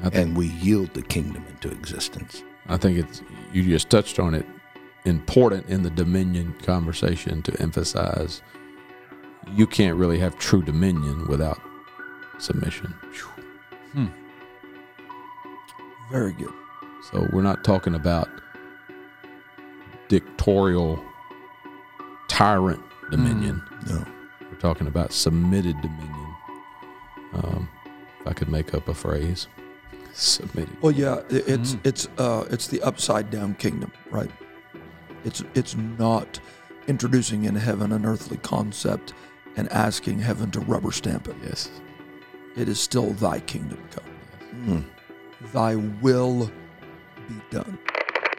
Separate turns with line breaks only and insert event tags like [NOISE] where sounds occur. I think,
and we yield the kingdom into existence.
I think it's you just touched on it. Important in the dominion conversation to emphasize you can't really have true dominion without submission.
Very good.
So we're not talking about dictatorial tyrant dominion.
No.
We're talking about submitted dominion. Um, if I could make up a phrase, [LAUGHS] submitted.
Well, yeah, i- it's it's uh, it's the upside down kingdom, right? It's it's not introducing in heaven an earthly concept and asking heaven to rubber stamp it.
Yes.
It Hmm. is still thy kingdom come. Thy will be done.